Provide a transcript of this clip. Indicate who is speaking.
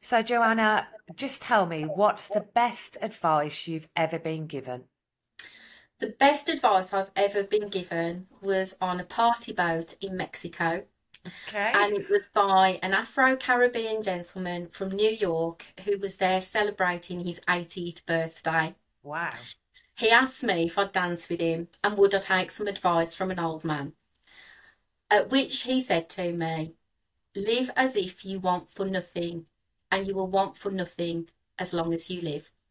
Speaker 1: So, Joanna, just tell me what's the best advice you've ever been given?
Speaker 2: The best advice I've ever been given was on a party boat in Mexico.
Speaker 1: Okay.
Speaker 2: And it was by an Afro Caribbean gentleman from New York who was there celebrating his 80th birthday.
Speaker 1: wow.
Speaker 2: He asked me if I'd dance with him and would I take some advice from an old man. At which he said to me, Live as if you want for nothing, and you will want for nothing as long as you live.